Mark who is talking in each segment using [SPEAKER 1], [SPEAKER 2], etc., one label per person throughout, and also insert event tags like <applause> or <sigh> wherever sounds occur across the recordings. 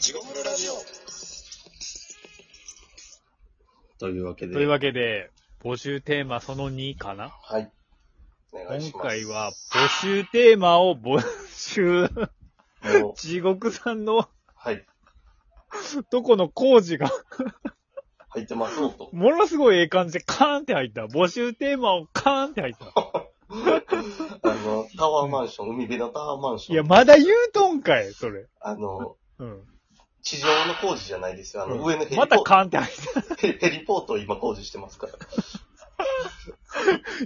[SPEAKER 1] 地獄のラジオ。
[SPEAKER 2] というわけで。
[SPEAKER 3] というわけで、募集テーマその2かな
[SPEAKER 1] はい。お願いし
[SPEAKER 3] 今
[SPEAKER 1] ます。
[SPEAKER 3] 回は募集テーマを募集、 <laughs>
[SPEAKER 1] 回は。
[SPEAKER 3] 地獄さんの
[SPEAKER 1] はい。
[SPEAKER 3] とこの工事が、
[SPEAKER 1] 入ってますよと。
[SPEAKER 3] ものすごいええ感じでカーンって入った。募集テーマをカーンって入
[SPEAKER 1] <laughs>
[SPEAKER 3] った。
[SPEAKER 1] あの、タワーマンション、海辺のタワーマンション。
[SPEAKER 3] いや、まだ言うとんかい、それ。
[SPEAKER 1] あの、
[SPEAKER 3] うん。
[SPEAKER 1] 地上の工事じゃないですよ。あの、上のヘリポ
[SPEAKER 3] ま
[SPEAKER 1] ート、
[SPEAKER 3] たカーンって入った。
[SPEAKER 1] ヘリヘリポートを今工事してます
[SPEAKER 3] <laughs>
[SPEAKER 1] から。 <laughs>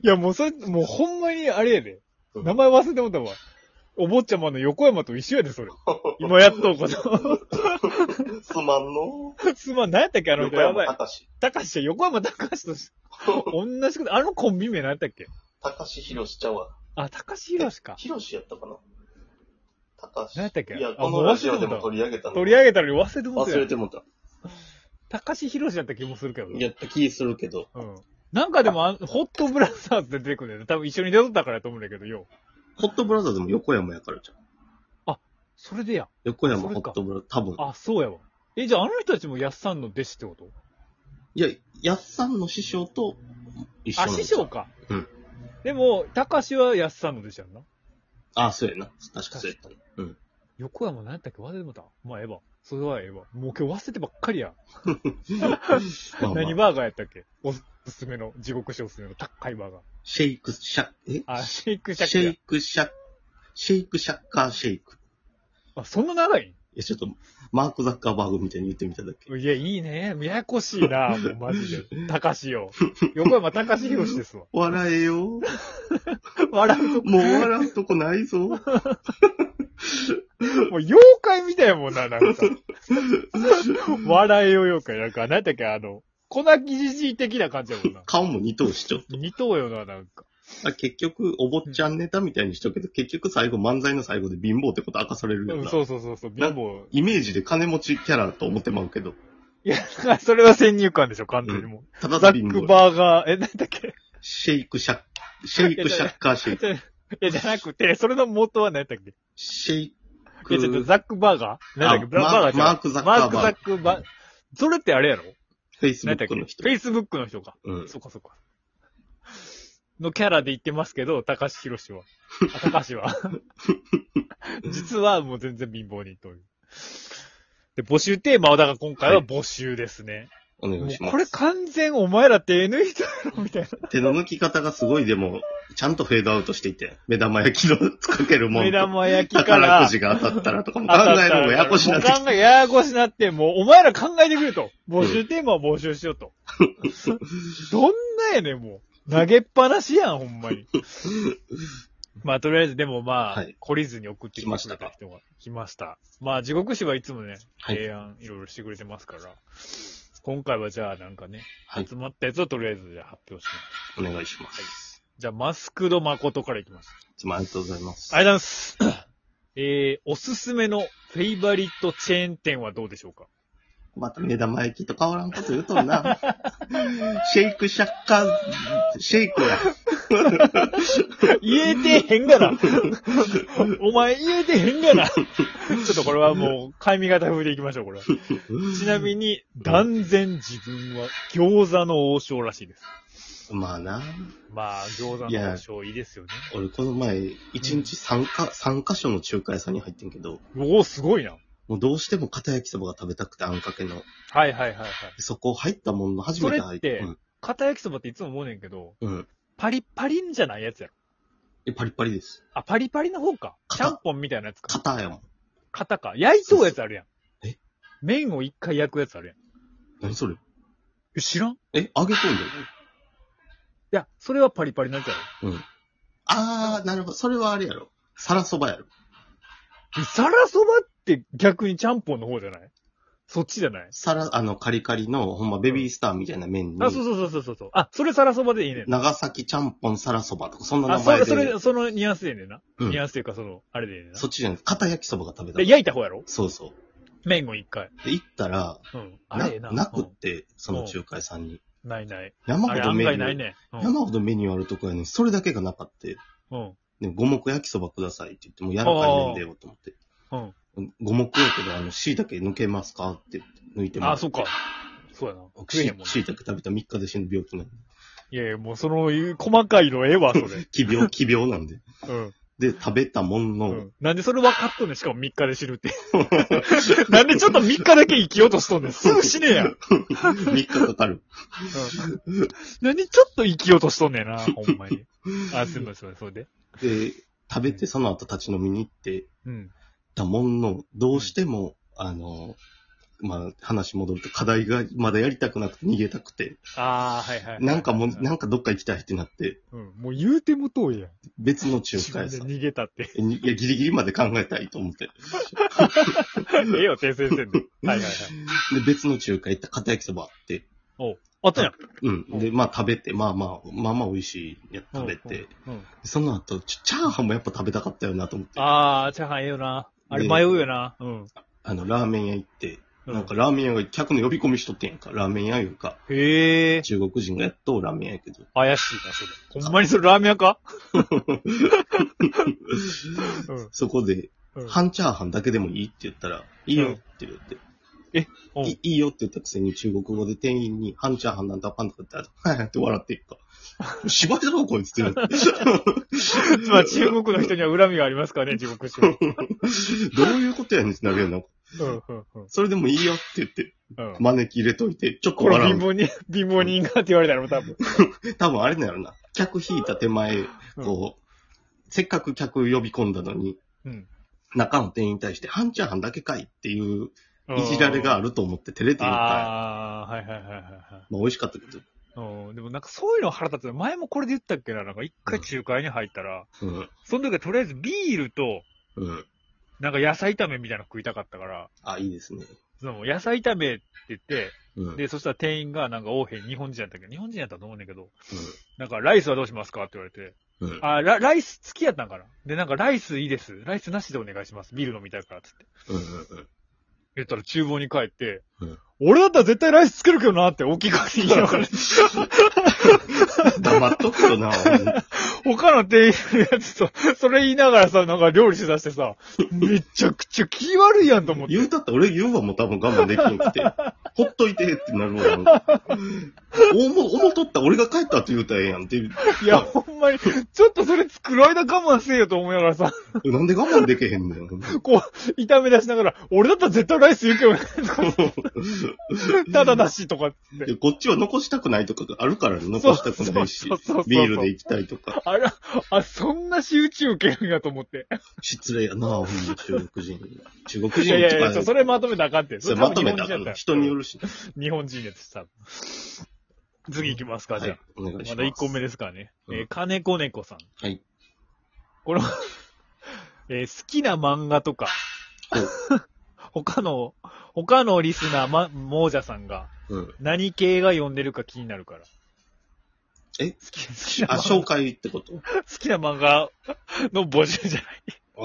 [SPEAKER 3] いや、もうそれ、もうほんまにあれやで。
[SPEAKER 1] うん
[SPEAKER 3] 名前忘れてもったわ。お坊ちゃまの横山と一緒やで、それ。今やっとう
[SPEAKER 1] <laughs>
[SPEAKER 3] こと。
[SPEAKER 1] すまんの
[SPEAKER 3] すまん、何やったっけあの人、
[SPEAKER 1] 横
[SPEAKER 3] やば
[SPEAKER 1] 山
[SPEAKER 3] い。
[SPEAKER 1] 隆史。
[SPEAKER 3] 高橋、横山高橋
[SPEAKER 2] <laughs>
[SPEAKER 3] とし、同じこと、あのコンビ名何やったっけ
[SPEAKER 1] 隆史博士ちゃうわ。
[SPEAKER 3] あ、高橋宏か。
[SPEAKER 1] 博士やったかな隆史。
[SPEAKER 3] 何やったっけ
[SPEAKER 1] いや、
[SPEAKER 3] あ
[SPEAKER 1] こ
[SPEAKER 3] も
[SPEAKER 1] の
[SPEAKER 3] う
[SPEAKER 1] ラジ
[SPEAKER 3] 忘
[SPEAKER 1] オ
[SPEAKER 3] れ
[SPEAKER 1] で
[SPEAKER 3] て
[SPEAKER 1] も
[SPEAKER 3] もうた。
[SPEAKER 1] 取り上げたの。
[SPEAKER 3] 取り上げたのに忘れてもうた
[SPEAKER 1] 忘
[SPEAKER 3] や
[SPEAKER 1] れ
[SPEAKER 3] ん。
[SPEAKER 1] てもうた。
[SPEAKER 3] 高橋宏だった気もするけどな。
[SPEAKER 2] やった気するけど。
[SPEAKER 3] うん。なんかでもあん、ホットブラザーズで出てくるんだよね。多分一緒に出とったからやと思うんだけど、よう。
[SPEAKER 2] ホットブラザーズも横山やからじゃん。
[SPEAKER 3] それでや。
[SPEAKER 2] 横山
[SPEAKER 3] そ
[SPEAKER 2] ホ
[SPEAKER 3] れか
[SPEAKER 2] ットブラ多分。
[SPEAKER 3] あ、そうやわ。え、じゃああの人たちもやっさんの弟子ってこと
[SPEAKER 2] いや、やっさんの師匠と一緒
[SPEAKER 3] あ、
[SPEAKER 2] なん
[SPEAKER 3] 師
[SPEAKER 2] ちゃう
[SPEAKER 3] 匠か。
[SPEAKER 2] うん。
[SPEAKER 3] でも、高橋はやっさんの弟子やんな。
[SPEAKER 2] あ、そうやな。確かそうやったな。うん。
[SPEAKER 3] 横山何やったっけ忘れてもうた。まあ、ええわ。それはええわ。もう今日忘れてばっかりや。
[SPEAKER 2] まあまあ
[SPEAKER 3] 何バーガーやったっけおすすめの、地獄師おすすめの高いバーガー。
[SPEAKER 2] シェイクシャ、え
[SPEAKER 3] あ、シェイクシャッ
[SPEAKER 2] シ
[SPEAKER 3] ク
[SPEAKER 2] ェ
[SPEAKER 3] や
[SPEAKER 2] イ。クシャ、シェイクシャッカーシェイク。
[SPEAKER 3] あ、そんな長い
[SPEAKER 2] いや、ちょっと、マーク・ザッカーバーグみたいに言ってみただけ。
[SPEAKER 3] いや、いいね。ややこしいな、もうマジで。高しよ。横山高し博士ですわ。
[SPEAKER 2] 笑えよ。
[SPEAKER 3] 笑うとこ
[SPEAKER 2] もう笑うとこないぞ。
[SPEAKER 3] もう妖怪みたいやもんな、なんか。笑えよ妖怪。なんか、なんだっけ、あの、粉木じじい的な感じやもんな。
[SPEAKER 2] 顔も二頭しちょっ
[SPEAKER 3] 似とうよな、なんか。
[SPEAKER 2] と。あ結局、お坊ちゃんネタみたいにしとくけど、結局最後漫才の最後で貧乏ってこと明かされる
[SPEAKER 3] う
[SPEAKER 2] よ
[SPEAKER 3] ん、
[SPEAKER 2] な。
[SPEAKER 3] そうそうそうそう、貧乏。
[SPEAKER 2] イメージで金持ちキャラと思ってまうけど。
[SPEAKER 3] いや、それは先入観でしょ、完全にもう。
[SPEAKER 2] ただ
[SPEAKER 3] ザ
[SPEAKER 2] の貧
[SPEAKER 3] ック
[SPEAKER 2] 乏。
[SPEAKER 3] バーガー、え、なんだっけ
[SPEAKER 2] シェイクシャッ、シェイクシャッカーシェイク。
[SPEAKER 3] いや、じゃなくて、それの元は何やったっけ
[SPEAKER 2] シェイ
[SPEAKER 3] <laughs> いや、ちょっと
[SPEAKER 2] ク、
[SPEAKER 3] ザックバーガーなんだっけ
[SPEAKER 2] あ
[SPEAKER 3] ババーガーじゃん
[SPEAKER 2] マークザッカーバーグ
[SPEAKER 3] マークザックバーそれってあれやろ
[SPEAKER 2] フェイスブ
[SPEAKER 3] 何だ
[SPEAKER 2] ッ
[SPEAKER 3] っけ
[SPEAKER 2] ク
[SPEAKER 3] フ
[SPEAKER 2] の人
[SPEAKER 3] ェ。イスブックの人か。
[SPEAKER 2] うん。
[SPEAKER 3] そうかそうか。のキャラで言ってますけど、高橋博士は。あ、高橋
[SPEAKER 2] <laughs>
[SPEAKER 3] は。実はもう全然貧乏にという。で、募集テーマは、だから今回は募集ですね。
[SPEAKER 2] お願
[SPEAKER 3] も
[SPEAKER 2] いうしま
[SPEAKER 3] これ
[SPEAKER 2] す。
[SPEAKER 3] 完全お前ら手抜いたろみたいな。
[SPEAKER 2] 手の抜き方がすごいでも、ちゃんとフェードアウトしていて、目玉焼きのかけるもん
[SPEAKER 3] 目
[SPEAKER 2] と、
[SPEAKER 3] 玉焼きから。
[SPEAKER 2] 宝くじが当たったらとかも考え
[SPEAKER 3] <laughs>
[SPEAKER 2] るのもややこしなってき
[SPEAKER 3] もう考え、ややこしなって、もうお前ら考えてくれと。募集テーマを募集しようと。
[SPEAKER 2] <laughs>
[SPEAKER 3] どんなやねん、もう。投げっぱなしやん、ほんまに。まあ、とりあえず、でもまあ、
[SPEAKER 2] はい
[SPEAKER 3] 懲りずに送ってきてくれた人が来ました。まあ、地獄師はいつもね、
[SPEAKER 2] はい
[SPEAKER 3] 提案いろいろしてくれてますから、今回はじゃあなんかね、
[SPEAKER 2] はい
[SPEAKER 3] 集まったやつをとりあえずじゃあ発表します。
[SPEAKER 2] お願いします。
[SPEAKER 3] じゃあ、マスクド誠からいきます。
[SPEAKER 2] いつもありがとうございます。
[SPEAKER 3] ありがとうございます。 <coughs> えー、おすすめのフェイバリットチェーン店はどうでしょうか
[SPEAKER 2] また目玉焼きと変わらんこと言うとんな。シェイクシャッカー、シェイクや。
[SPEAKER 3] 言えてへんがな。 <laughs> お前言えてへんがな。ちょ <laughs> っとこれはもう、髪型風でいきましょう、こ <laughs> れは。ちなみに、断然自分は餃子の王将らしいです。
[SPEAKER 2] まあな。
[SPEAKER 3] まあ、餃子の王将いいですよね。
[SPEAKER 2] 俺この前、1日3か、三箇所の仲介屋さんに入ってんけど、
[SPEAKER 3] おお、すごいな。
[SPEAKER 2] もうどうしても片焼きそばが食べたくて、あんかけの。
[SPEAKER 3] はいはいはいはい。
[SPEAKER 2] そこ入ったもんの初めて入
[SPEAKER 3] それっ片焼きそばっていつも思うねんけど、
[SPEAKER 2] うん。うん。
[SPEAKER 3] パリッパリンじゃないやつやろ。
[SPEAKER 2] え、パリパリです。
[SPEAKER 3] あ、パリパリの方か。ち
[SPEAKER 2] 硬
[SPEAKER 3] ゃんぽんみたいなやつか。
[SPEAKER 2] 硬やもん。
[SPEAKER 3] 型か。焼いとうやつあるやん。
[SPEAKER 2] え
[SPEAKER 3] 麺を一回焼くやつあるやん。
[SPEAKER 2] 何それ
[SPEAKER 3] え、知らんい
[SPEAKER 2] え、揚げ込んで
[SPEAKER 3] や、それはパリパリなんじゃ
[SPEAKER 2] るうん。あー、なるほど。それはあれやろ。皿そばやろ。
[SPEAKER 3] ろ。皿そばって逆にちゃんぽんの方じゃないそっちじゃない
[SPEAKER 2] 皿、あの、カリカリの、ほんまベビースターみたいな麺に、
[SPEAKER 3] あ、そうそうそうそうそう。あ、それ皿そばでいいねんな。
[SPEAKER 2] 長崎ちゃんぽん皿そばとか、そんな名
[SPEAKER 3] あ、そ
[SPEAKER 2] 前
[SPEAKER 3] れ、
[SPEAKER 2] で。
[SPEAKER 3] それ、そのニュアンスでいいねんな。
[SPEAKER 2] うん
[SPEAKER 3] ニュアンスというか、その、あれでいいねんな
[SPEAKER 2] そ。っちじゃない。片焼きそばが食べた
[SPEAKER 3] で、
[SPEAKER 2] い。
[SPEAKER 3] 焼いた方やろ
[SPEAKER 2] そうそう。
[SPEAKER 3] 麺を一回。
[SPEAKER 2] で、行ったら、
[SPEAKER 3] うん。あ
[SPEAKER 2] な
[SPEAKER 3] れええな。
[SPEAKER 2] なくっ
[SPEAKER 3] う
[SPEAKER 2] て、その仲介さんに。
[SPEAKER 3] んないない。
[SPEAKER 2] 山
[SPEAKER 3] あ
[SPEAKER 2] ほ
[SPEAKER 3] れ
[SPEAKER 2] ど
[SPEAKER 3] 案
[SPEAKER 2] メニュ
[SPEAKER 3] 外
[SPEAKER 2] ー。
[SPEAKER 3] ないね。うん。
[SPEAKER 2] 山ほどメニューあるとこやねん。それだけがなかった。
[SPEAKER 3] うん。
[SPEAKER 2] で、五目焼きそばくださいって言って、もうやらかいねんでよと思って。
[SPEAKER 3] うん。
[SPEAKER 2] 五重くやけど、あの、椎茸抜けますかって抜いてもら
[SPEAKER 3] あ
[SPEAKER 2] って
[SPEAKER 3] あ、そうか。そうやな。
[SPEAKER 2] 僕、
[SPEAKER 3] 食え
[SPEAKER 2] し
[SPEAKER 3] へんもんな。
[SPEAKER 2] 椎茸食べたら3日で死ぬ病気なんで。
[SPEAKER 3] いやいや、もうその、細かいのええ
[SPEAKER 2] <laughs>
[SPEAKER 3] わ、それ。
[SPEAKER 2] 奇
[SPEAKER 3] <laughs>
[SPEAKER 2] 病、奇病なんで。
[SPEAKER 3] うん。
[SPEAKER 2] で、食べたものの、 <laughs>
[SPEAKER 3] うん。なんでそれ分かっとんねん、しかも3日で死ぬって。 <laughs> なんでちょっと3日だけ生きようとしとんねん。すぐ死ねえやん。うん
[SPEAKER 2] 3日かかる。
[SPEAKER 3] なんでちょっと生きようとしとんねんな、ほんまに。あ、すみません、それで。
[SPEAKER 2] で、食べてその後立ち飲みに行って
[SPEAKER 3] うん。
[SPEAKER 2] たものの、どうしても、あの、まあ、話戻ると課題がまだやりたくなくて逃げたくて、
[SPEAKER 3] ああ、はいはいはい。
[SPEAKER 2] なんかもう、
[SPEAKER 3] う
[SPEAKER 2] なんかどっか行きたいってなって、
[SPEAKER 3] ん。もう言うても遠いやん。
[SPEAKER 2] 別の中
[SPEAKER 3] 自
[SPEAKER 2] 華
[SPEAKER 3] 分
[SPEAKER 2] 屋
[SPEAKER 3] で
[SPEAKER 2] さん。
[SPEAKER 3] 逃げたって。
[SPEAKER 2] えにいや、ギリギリまで考えたいと思って。
[SPEAKER 3] ええよ、訂正
[SPEAKER 2] <laughs>
[SPEAKER 3] せんで。はいはいは
[SPEAKER 2] で、
[SPEAKER 3] い。
[SPEAKER 2] 別の中華行った片焼きそばあって、
[SPEAKER 3] おあったやん。
[SPEAKER 2] うん。で、まあ食べて、まあまあ、まあまあ美味しいやつ食べて、
[SPEAKER 3] うん。うん
[SPEAKER 2] その後、ちょチャーハンもやっぱ食べたかったよなと思って、あ
[SPEAKER 3] ああ、チャーハンええよな。あれ
[SPEAKER 2] ね
[SPEAKER 3] 迷うよな。うん。
[SPEAKER 2] の、ラーメン屋行って、
[SPEAKER 3] うん
[SPEAKER 2] なんかラーメン屋が客の呼び込みしとってんやんか、ラーメン屋いうか、
[SPEAKER 3] へえ。
[SPEAKER 2] 中国人がやっとラーメン屋やけど、
[SPEAKER 3] 怪しいな、それ。ほんまにそれラーメン屋
[SPEAKER 2] <laughs>
[SPEAKER 3] かうん
[SPEAKER 2] そこで、
[SPEAKER 3] うん
[SPEAKER 2] 半チャーハンだけでもいいって言ったら、いいよって言って、
[SPEAKER 3] うん
[SPEAKER 2] いいいよって言ったくせに中国語で店員に、半チャーハンなんだパンとかってある、はいって笑ってい
[SPEAKER 3] <laughs>
[SPEAKER 2] くから、芝居だろこいつってなって。
[SPEAKER 3] <laughs> まあ、中国の人には恨みがありますからね、中国人は。
[SPEAKER 2] <laughs> どういうことやねんってなるよな。
[SPEAKER 3] うん、うん、うん
[SPEAKER 2] それでもいいよって言って、
[SPEAKER 3] うん。
[SPEAKER 2] 招き入れといて、ちょっと
[SPEAKER 3] これ
[SPEAKER 2] 笑
[SPEAKER 3] 貧
[SPEAKER 2] う。
[SPEAKER 3] 乏人、貧乏人がって言われたらもう多分。
[SPEAKER 2] 多分あれなのな。客引いた手前、
[SPEAKER 3] うん
[SPEAKER 2] こう、せっかく客呼び込んだのに、
[SPEAKER 3] うん。
[SPEAKER 2] 中の店員に対して、半チャーハンだけかいっていう、いじられがあ
[SPEAKER 3] る。
[SPEAKER 2] ると思って照れて言ったんや
[SPEAKER 3] ああ、はいはいはいはいはい。
[SPEAKER 2] まあ美味しかったけど。
[SPEAKER 3] うん、でもなんかそういうの腹立つの。前もこれで言ったっけな、なんか一回仲介に入ったら、
[SPEAKER 2] うん。
[SPEAKER 3] その時はとりあえずビールと、
[SPEAKER 2] うん。
[SPEAKER 3] なんか野菜炒めみたいなの食いたかったから、
[SPEAKER 2] あ、いいですね。
[SPEAKER 3] その野菜炒めって言って、
[SPEAKER 2] うん。
[SPEAKER 3] で、そしたら店員がなんか王兵日本人やったっけど、日本人やったと思うねんだけど、
[SPEAKER 2] う
[SPEAKER 3] なんかライスはどうしますかって言われて、
[SPEAKER 2] ん。うん。
[SPEAKER 3] あ、ラライス付きやったんかなで、なんかライスいいです。ライスなしでお願いします。ビール飲みたいからってって。
[SPEAKER 2] うんうん
[SPEAKER 3] 言ったら厨房に帰って、
[SPEAKER 2] うん
[SPEAKER 3] 俺だったら絶対ライスつけるけどなって大きい声で言いなが
[SPEAKER 2] うん。
[SPEAKER 3] ら、
[SPEAKER 2] 黙っとくとな。
[SPEAKER 3] 他の店員のやつと、それ言いながらさ、なんか料理しだしてさ、めちゃくちゃ気悪いやんと思って。
[SPEAKER 2] 言うたったら俺言うわもう多分我慢できなくて。ほっといてってなるわ。
[SPEAKER 3] <laughs>
[SPEAKER 2] おも、おもとった俺が帰ったって言うたらええやんっていう。
[SPEAKER 3] いや、ほんまに、ちょっとそれ作る間我慢せえよと思いながらさ、
[SPEAKER 2] なんで我慢できへん
[SPEAKER 3] <laughs>
[SPEAKER 2] ねん。
[SPEAKER 3] こう、痛め出しながら、俺だったら絶対ライス言うけどね、ただだしとかっつ
[SPEAKER 2] い
[SPEAKER 3] って。
[SPEAKER 2] やこっちは残したくないとかがあるからね残したくないし
[SPEAKER 3] そうそうそうそう、
[SPEAKER 2] ビールで行きたいとか。
[SPEAKER 3] あら、あ、そんな仕打ち受けるんやと思って。
[SPEAKER 2] 失礼やな、ほんま中国人。中国人とか
[SPEAKER 3] いやいやいや、ちょそれまとめたらあかんって。
[SPEAKER 2] それまとめた
[SPEAKER 3] 多分日本人やった
[SPEAKER 2] ら
[SPEAKER 3] よ
[SPEAKER 2] 人によるし。
[SPEAKER 3] 日本人です、多分。次行きますか、
[SPEAKER 2] は
[SPEAKER 3] じゃ
[SPEAKER 2] い
[SPEAKER 3] あ。、
[SPEAKER 2] お願いします。
[SPEAKER 3] まだ1個目ですからね。
[SPEAKER 2] うん
[SPEAKER 3] えー金子猫さん。
[SPEAKER 2] はい。
[SPEAKER 3] この、 <laughs> えー好きな漫画とか、 <laughs> 他の、他のリスナー、ま、亡者さんが、
[SPEAKER 2] うん。
[SPEAKER 3] 何系が読んでるか気になるから。
[SPEAKER 2] え
[SPEAKER 3] 好き好きな
[SPEAKER 2] あ、
[SPEAKER 3] 漫
[SPEAKER 2] 紹介って
[SPEAKER 3] <laughs>
[SPEAKER 2] こと
[SPEAKER 3] 画、好きな漫画の募集じゃない。
[SPEAKER 2] あ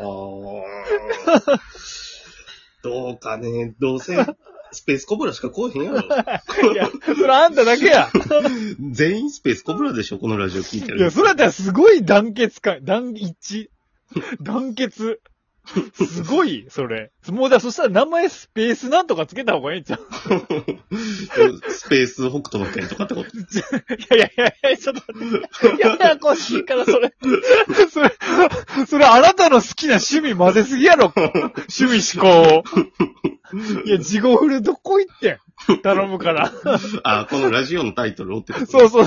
[SPEAKER 2] ー。 <laughs> どうかね、どうせ、スペースコブラしか来えへん
[SPEAKER 3] <laughs>
[SPEAKER 2] やろ。
[SPEAKER 3] いや、それあんただ
[SPEAKER 2] <laughs>
[SPEAKER 3] けや。
[SPEAKER 2] 全員スペースコブラでしょ、このラジオ聞いてる。
[SPEAKER 3] いや、それだったらすごい団結感、団一。 <laughs> 団結。すごい、それ。もうだ、そしたら名前スペースなんとかつけた方がいいんちゃう <laughs>
[SPEAKER 2] スペース北斗の剣とかってこと。
[SPEAKER 3] いやいやいやいや、ちょっと待って。ややこしいから、それ。 <laughs> それ、それあなたの好きな趣味混ぜすぎやろ。趣味思考を。いや、地獄フルどこ行ってん頼
[SPEAKER 2] <laughs>
[SPEAKER 3] むから。
[SPEAKER 2] あ、このラジオのタイトルをってこと。
[SPEAKER 3] そうそう。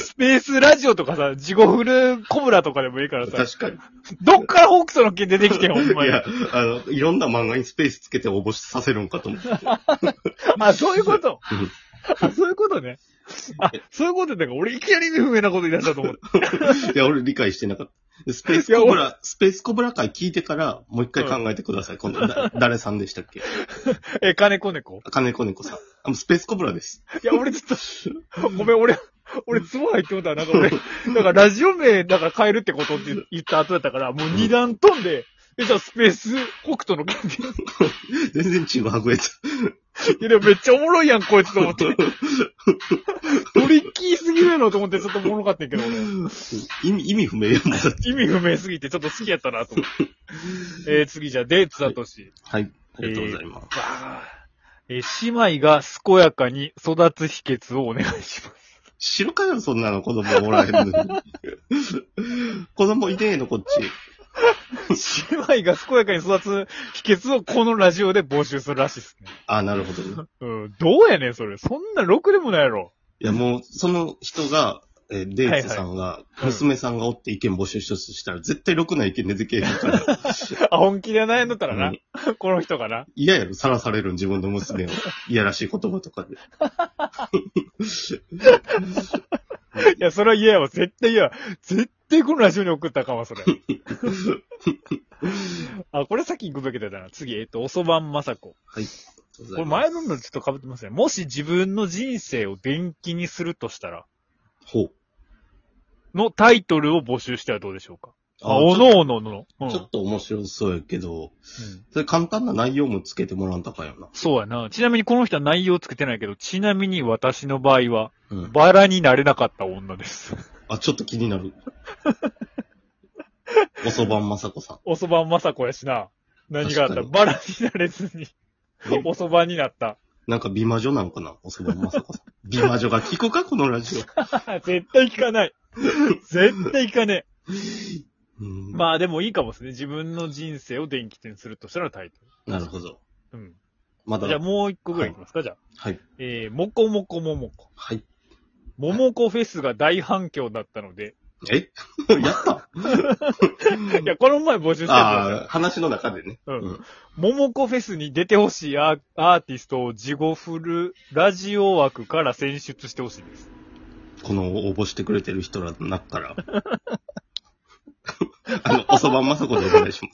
[SPEAKER 3] スペースラジオとかさ、地獄フルコブラとかでもいいからさ、
[SPEAKER 2] 確かに。
[SPEAKER 3] どっから北斗の剣出てきてん、ほんま
[SPEAKER 2] い
[SPEAKER 3] に。
[SPEAKER 2] や、あの、いろんな漫画にスペースつけて応募させるんかと思
[SPEAKER 3] <laughs>
[SPEAKER 2] って。
[SPEAKER 3] あ、そういうこと
[SPEAKER 2] うん。
[SPEAKER 3] あ、 <laughs> そういうことね。あ、そういうことだから、俺いきなり意味不明なこと言い出したと <laughs> 思って。
[SPEAKER 2] いや、俺理解してなかった。スペースコブラ、スペースコブラ会聞いてから、もう一回考えてください。今度、だ誰さんでしたっけ
[SPEAKER 3] え、金子猫
[SPEAKER 2] 金子猫さん。あスペースコブラです。
[SPEAKER 3] いや、俺ちょっ <laughs> と、ごめん、俺、俺、ツボ入ってもたら、なんか俺、なんかラジオ名、なんか変えるってことって言った後だったから、もう二段飛んで、え、じゃあスペース、北斗の剣で
[SPEAKER 2] 全然チームはぐれた。
[SPEAKER 3] いやでもめっちゃおもろいやん、こいつと思 <laughs> って。トリッキーすぎるやろと思ってちょっとおもろかったんやけど、俺。
[SPEAKER 2] 意味、意味不明やもんだって
[SPEAKER 3] 意味不明すぎてちょっと好きやったなと思 <laughs> って。えー、次じゃあ、デーツだとし。
[SPEAKER 2] はい。ありがとうございます。
[SPEAKER 3] えー姉妹が健やかに育つ秘訣をお願いします。
[SPEAKER 2] 知るかよ、そんなの子供おらへんの
[SPEAKER 3] <laughs>
[SPEAKER 2] に。子供いねえの、こっち。
[SPEAKER 3] <laughs> 姉妹が健やかに育つ秘訣をこのラジオで募集するらしいですね。
[SPEAKER 2] あ、なるほどね。
[SPEAKER 3] うん、どうやねん、それ。そんなろくでもないやろ。
[SPEAKER 2] いや、もう、その人が、えーデーツさんが、
[SPEAKER 3] い
[SPEAKER 2] 娘さんがおって意見募集一つしたら、絶対ろくな意見出てけえへんから。
[SPEAKER 3] <laughs>
[SPEAKER 2] <laughs>
[SPEAKER 3] あ、本気で悩んどったら
[SPEAKER 2] う
[SPEAKER 3] な。この人かな。
[SPEAKER 2] 嫌やろ、さらされるん、自分の娘を。いやらしい言葉とかで。
[SPEAKER 3] いや、それは嫌やわ。絶対嫌やわ。絶対このラジオに送ったらあかん <laughs> わ、それ。あ、これ先行くべきだったな。次、えっと、おそばんまさこ。これ前ののちょっと被ってますね。もし自分の人生を電気にするとしたら、
[SPEAKER 2] ほう。
[SPEAKER 3] のタイトルを募集してはどうでしょうか。あ、お
[SPEAKER 2] ちょ
[SPEAKER 3] のおのの。うん。
[SPEAKER 2] ちょっと面白そうやけど、
[SPEAKER 3] うん
[SPEAKER 2] それ簡単な内容もつけてもらわんたかよな。
[SPEAKER 3] そうやな。ちなみにこの人は内容つけてないけど、ちなみに私の場合は、
[SPEAKER 2] うん。
[SPEAKER 3] バラになれなかった女です。
[SPEAKER 2] あ、ちょっと気になる。 <laughs> おそばんまさこさ
[SPEAKER 3] <laughs> おそばんまさこやしな。何があった
[SPEAKER 2] 確
[SPEAKER 3] バラになれずに、
[SPEAKER 2] ん。
[SPEAKER 3] おそばになった。 <laughs>
[SPEAKER 2] なんか美魔女なんかなおそばんまさこさん。美魔女が聞くかこのラジ
[SPEAKER 3] 絶対聞か <laughs> ない。絶対聞かね
[SPEAKER 2] オ。うん。
[SPEAKER 3] え。まあでもいいかもですね。自分の人生を電気点するとしたらタイト
[SPEAKER 2] なるほど。
[SPEAKER 3] ル。うん。
[SPEAKER 2] まだ
[SPEAKER 3] じゃあ、もう一個ぐらいいきますか、じゃあ。
[SPEAKER 2] はい。
[SPEAKER 3] えー、もこもこももこ。
[SPEAKER 2] はい。
[SPEAKER 3] ももこフェスが大反響だったので、
[SPEAKER 2] え <laughs> やった
[SPEAKER 3] いや、この前募集してたんですよ。
[SPEAKER 2] ああ、話の中でね。
[SPEAKER 3] うん
[SPEAKER 2] うん
[SPEAKER 3] ももこフェスに出てほしいアーアーティストを自己フルラジオ枠から選出してほしいです。
[SPEAKER 2] この応募してく <laughs> れてる人らの中から。あの、おそばんまさこでお願いします。